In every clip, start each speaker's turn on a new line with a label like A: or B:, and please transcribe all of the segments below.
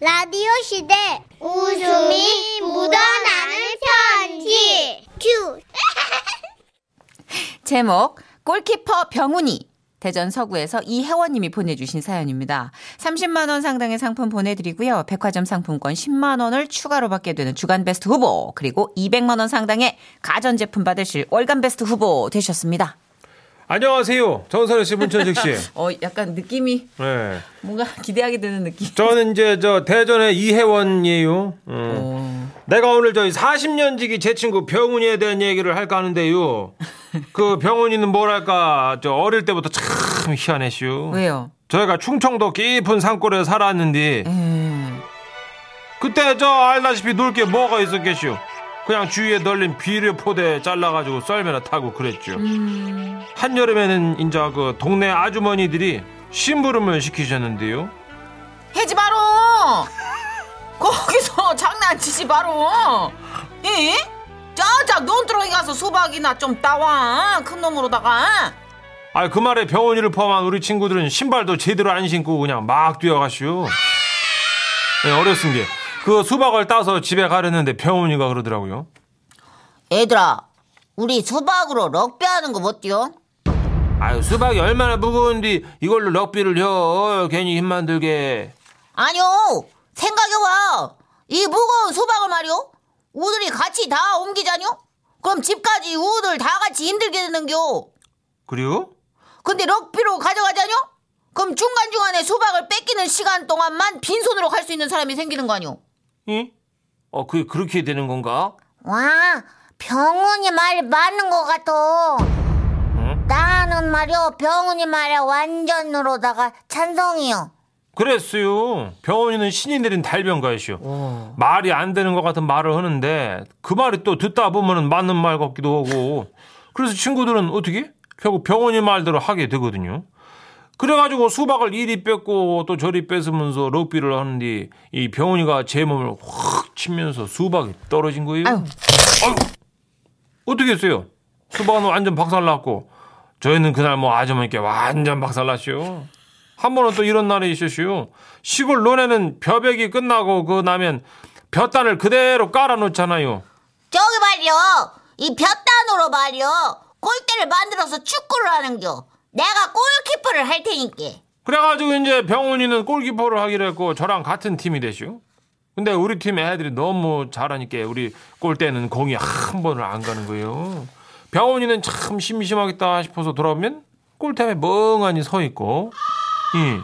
A: 라디오 시대 웃음이 묻어나는 편지 큐
B: 제목 골키퍼 병훈이 대전 서구에서 이혜원님이 보내주신 사연입니다. 30만 원 상당의 상품 보내드리고요. 백화점 상품권 10만 원을 추가로 받게 되는 주간 베스트 후보 그리고 200만 원 상당의 가전제품 받으실 월간 베스트 후보 되셨습니다.
C: 안녕하세요. 정선우 씨, 문천식 씨.
B: 어 약간 느낌이
C: 네.
B: 뭔가 기대하게 되는 느낌.
C: 저는 이제 저 대전의 이혜원이에요.
B: 어.
C: 음. 내가 오늘 저희 40년 지기 제 친구 병훈이에 대한 얘기를 할까 하는데요. 그 병훈이는 뭐랄까 저 어릴 때부터 참 희한했슈.
B: 왜요?
C: 저희가 충청도 깊은 산골에 살았는데
B: 음,
C: 그때 저 알다시피 놀 게 뭐가 있었겠슈. 그냥 주위에 널린 비료 포대 잘라가지고 썰매나 타고 그랬죠. 한여름에는 이제 그 동네 아주머니들이 심부름을 시키셨는데요.
B: 해지 바로 거기서 장난치지 바로. 예? 자자 논두렁이 가서 수박이나 좀 따와 큰 놈으로다가.
C: 아, 그 말에 병원이를 포함한 우리 친구들은 신발도 제대로 안 신고 그냥 막 뛰어가시오. 네, 어렸은 게. 그 수박을 따서 집에 가려는데 병원이가 그러더라고요.
D: 얘들아, 우리 수박으로 럭비하는 거 못디요?
C: 아유, 수박이 얼마나 무거운데 이걸로 럭비를 혀. 괜히 힘만 들게.
D: 아니요, 생각해봐. 이 무거운 수박을 말이요. 우들이 같이 다 옮기자뇨? 그럼 집까지 우들 다 같이 힘들게 되는겨.
C: 그리고?
D: 근데 럭비로 가져가자뇨? 그럼 중간중간에 수박을 뺏기는 시간 동안만 빈손으로 갈 수 있는 사람이 생기는 거 아니오?
C: 응? 어, 그게 그렇게 되는 건가?
A: 와 병훈이 말이 맞는 것 같아 나는 말이야 병훈이 말에 완전으로다가 찬성이요
C: 그랬어요. 병원이는 신이 내린 달변가이시오. 말이 안 되는 것 같은 말을 하는데 그 말이 또 듣다 보면은 맞는 말 같기도 하고 그래서 친구들은 어떻게 결국 병원이 말대로 하게 되거든요. 그래가지고 수박을 이리 뺏고 또 저리 뺏으면서 럭비를 하는데 이 병원이가 제 몸을 확 치면서 수박이 떨어진 거예요. 아유, 어떻게 했어요? 수박은 완전 박살났고 저희는 그날 뭐 아주머니께 완전 박살났시오. 한 번은 또 이런 날이 있으시오. 시골 논에는 벼백이 끝나고 그 나면 벼단을 그대로 깔아놓잖아요.
D: 저기 말이요. 이 볕단으로 말이요. 골대를 만들어서 축구를 하는겨. 내가 골키퍼를 할 테니까.
C: 그래가지고 이제 병훈이는 골키퍼를 하기로 했고 저랑 같은 팀이 되시오. 근데 우리 팀 애들이 너무 잘하니까 우리 골대는 공이 한 번을 안 가는 거예요. 병훈이는 참 심심하겠다 싶어서 돌아오면 골대에 멍하니 서 있고, 예.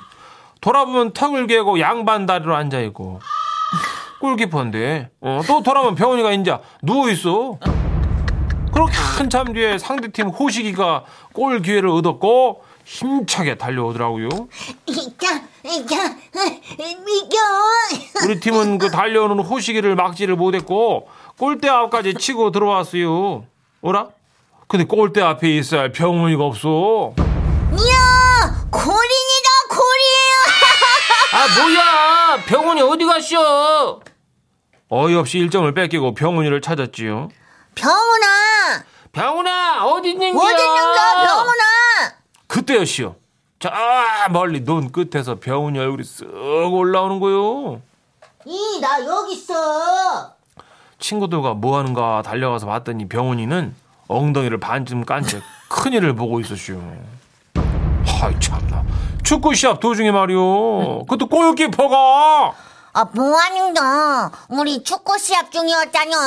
C: 돌아보면 턱을 개고 양반 다리로 앉아 있고. 골키퍼인데 어, 또 돌아오면 병훈이가 이제 누워 있어. 그렇게 한참 뒤에 상대팀 호식이가 골 기회를 얻었고 힘차게 달려오더라고요.
D: 이겨, 이겨, 이겨.
C: 우리 팀은 그 달려오는 호시기를 막지를 못했고 골대 앞까지 치고 들어왔어요. 어라? 근데 골대 앞에 있어야 할 병훈이가 없어.
D: 이야, 골인이다, 골이에요.
C: 아 뭐야? 병훈이 어디 갔어? 어이없이 일점을 뺏기고 병훈이를 찾았지요.
D: 병훈아,
C: 병훈아 어디 있는겨?
D: 어딨는가, 병훈아.
C: 그때였시요. 저 멀리 논 끝에서 병훈이 얼굴이 쓱 올라오는 거요.
D: 이, 나 여기 있어.
C: 친구들과 뭐 하는가 달려가서 봤더니 병훈이는 엉덩이를 반쯤 깐 채 큰일을 보고 있었슈. 하이 참나. 축구 시합 도중에 말이오. 그것도 골키퍼가.
D: 아, 뭐하는가? 우리 축구 시합 중이었잖여.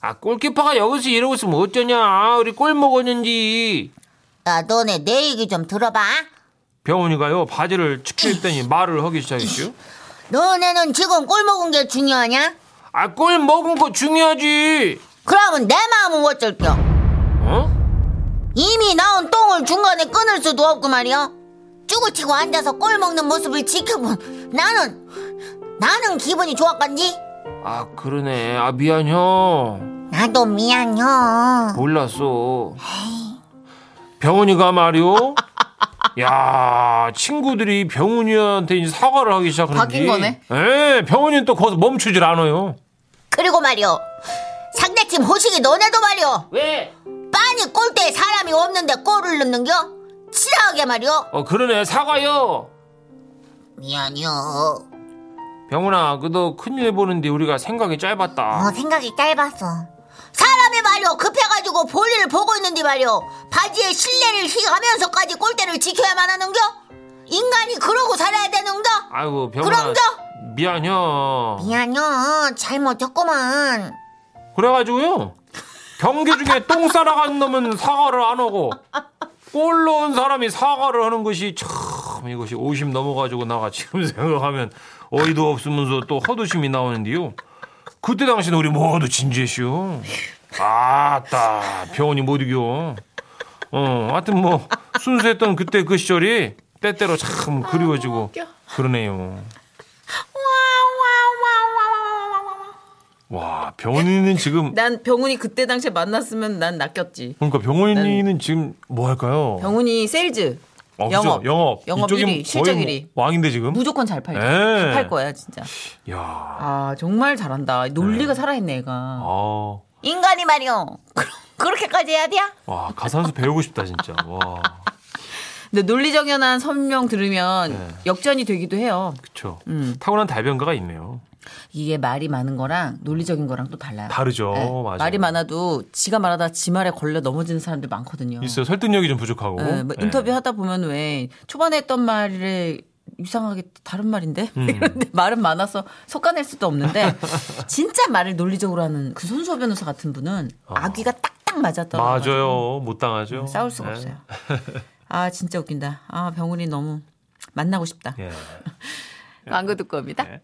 C: 아 골키퍼가 여기서 이러고 있으면 어쩌냐. 우리 골 먹었는지.
D: 야, 너네 내 얘기 좀 들어봐.
C: 병훈이가요 바지를 축축했더니 말을 하기 시작했슈.
D: 너네는 지금 골 먹은 게 중요하냐?
C: 아 골 먹은 거 중요하지.
D: 그러면 내 마음은 어쩔겨?
C: 어?
D: 이미 나온 똥을 중간에 끊을 수도 없고 말이야. 쭈구치고 앉아서 꼴 먹는 모습을 지켜본 나는 나는 기분이 좋았건지
C: 아 그러네. 아 미안 형.
D: 나도 미안해.
C: 몰랐어. 병훈이가 말이오. 야, 친구들이 병훈이한테 이제 사과를 하기 시작하는데.
B: 바뀐 거네.
C: 예, 병훈이는 또 거기서 멈추질 않아요.
D: 그리고 말이야 상대팀 호식이 너네도 말이야
B: 왜?
D: 빤히 골대에 사람이 없는데 골을 넣는겨 치사하게 말이야
C: 어, 그러네. 사과요.
D: 미안해.
C: 병훈아, 그너 큰일 보는데 우리가 생각이 짧았다.
B: 아,
A: 어, 생각이 짧았어.
D: 사람이 말이오 급해가지고 볼일을 보고 있는데 말이오 바지에 실내를 휘가면서까지 골대를 지켜야만 하는겨? 인간이 그러고 살아야 되는겨? 어,
C: 아이고, 병훈아.
D: 그럼요.
C: 미안혀.
A: 미안요. 잘못했구만.
C: 그래가지고요. 경기 중에 똥 싸라간 놈은 사과를 안 하고 골 넣은 사람이 사과를 하는 것이 참 이것이 50 넘어가지고 나가 지금 생각하면 어이도 없으면서 또 허드심이 나오는데요. 그때 당시는 우리 모두 진지했슈. 아따 병원이 못 이겨. 어, 하여튼 뭐 순수했던 그때 그 시절이 때때로 참 그리워지고 그러네요. 와 병원이는 지금
B: 난 병훈이 그때 당시에 만났으면 난 낚였지.
C: 그러니까 병원이는 지금 뭐 할까요?
B: 병훈이 세일즈
C: 아, 그죠?
B: 영업
C: 영업.
B: 영업
C: 이쪽이
B: 1위 실적
C: 거의
B: 1위.
C: 뭐 왕인데 지금.
B: 무조건 잘 팔죠.
C: 예.
B: 잘 팔 거야 진짜.
C: 야.
B: 아 정말 잘한다. 논리가 살아있네 애가.
C: 아.
D: 인간이 말이오 그럼 그렇게까지 해야 돼?
C: 와, 가산수 배우고 싶다 진짜. 와.
B: 근데 논리정연한 설명 들으면
C: 네.
B: 역전이 되기도 해요.
C: 그쵸
B: 음.
C: 타고난 달변가가 있네요.
B: 이게 말이 많은 거랑 논리적인 거랑 또 달라요.
C: 다르죠.
B: 네.
C: 맞아요.
B: 말이 많아도 지가 말하다 지 말에 걸려 넘어지는 사람들 많거든요.
C: 있어요. 설득력이 좀 부족하고.
B: 네, 뭐
C: 네.
B: 인터뷰 하다 보면 왜 초반에 했던 말을 이상하게 다른 말인데 이런데 말은 많아서 속아낼 수도 없는데 진짜 말을 논리적으로 하는 그 손수호 변호사 같은 분은 아귀가 딱딱 맞았던 음,
C: 맞아요. 못 당하죠.
B: 싸울 수가
C: 예.
B: 없어요. 아 진짜 웃긴다. 아 병훈이 너무 만나고 싶다.
C: 예.
B: 광고 듣고 옵니다.
C: 네.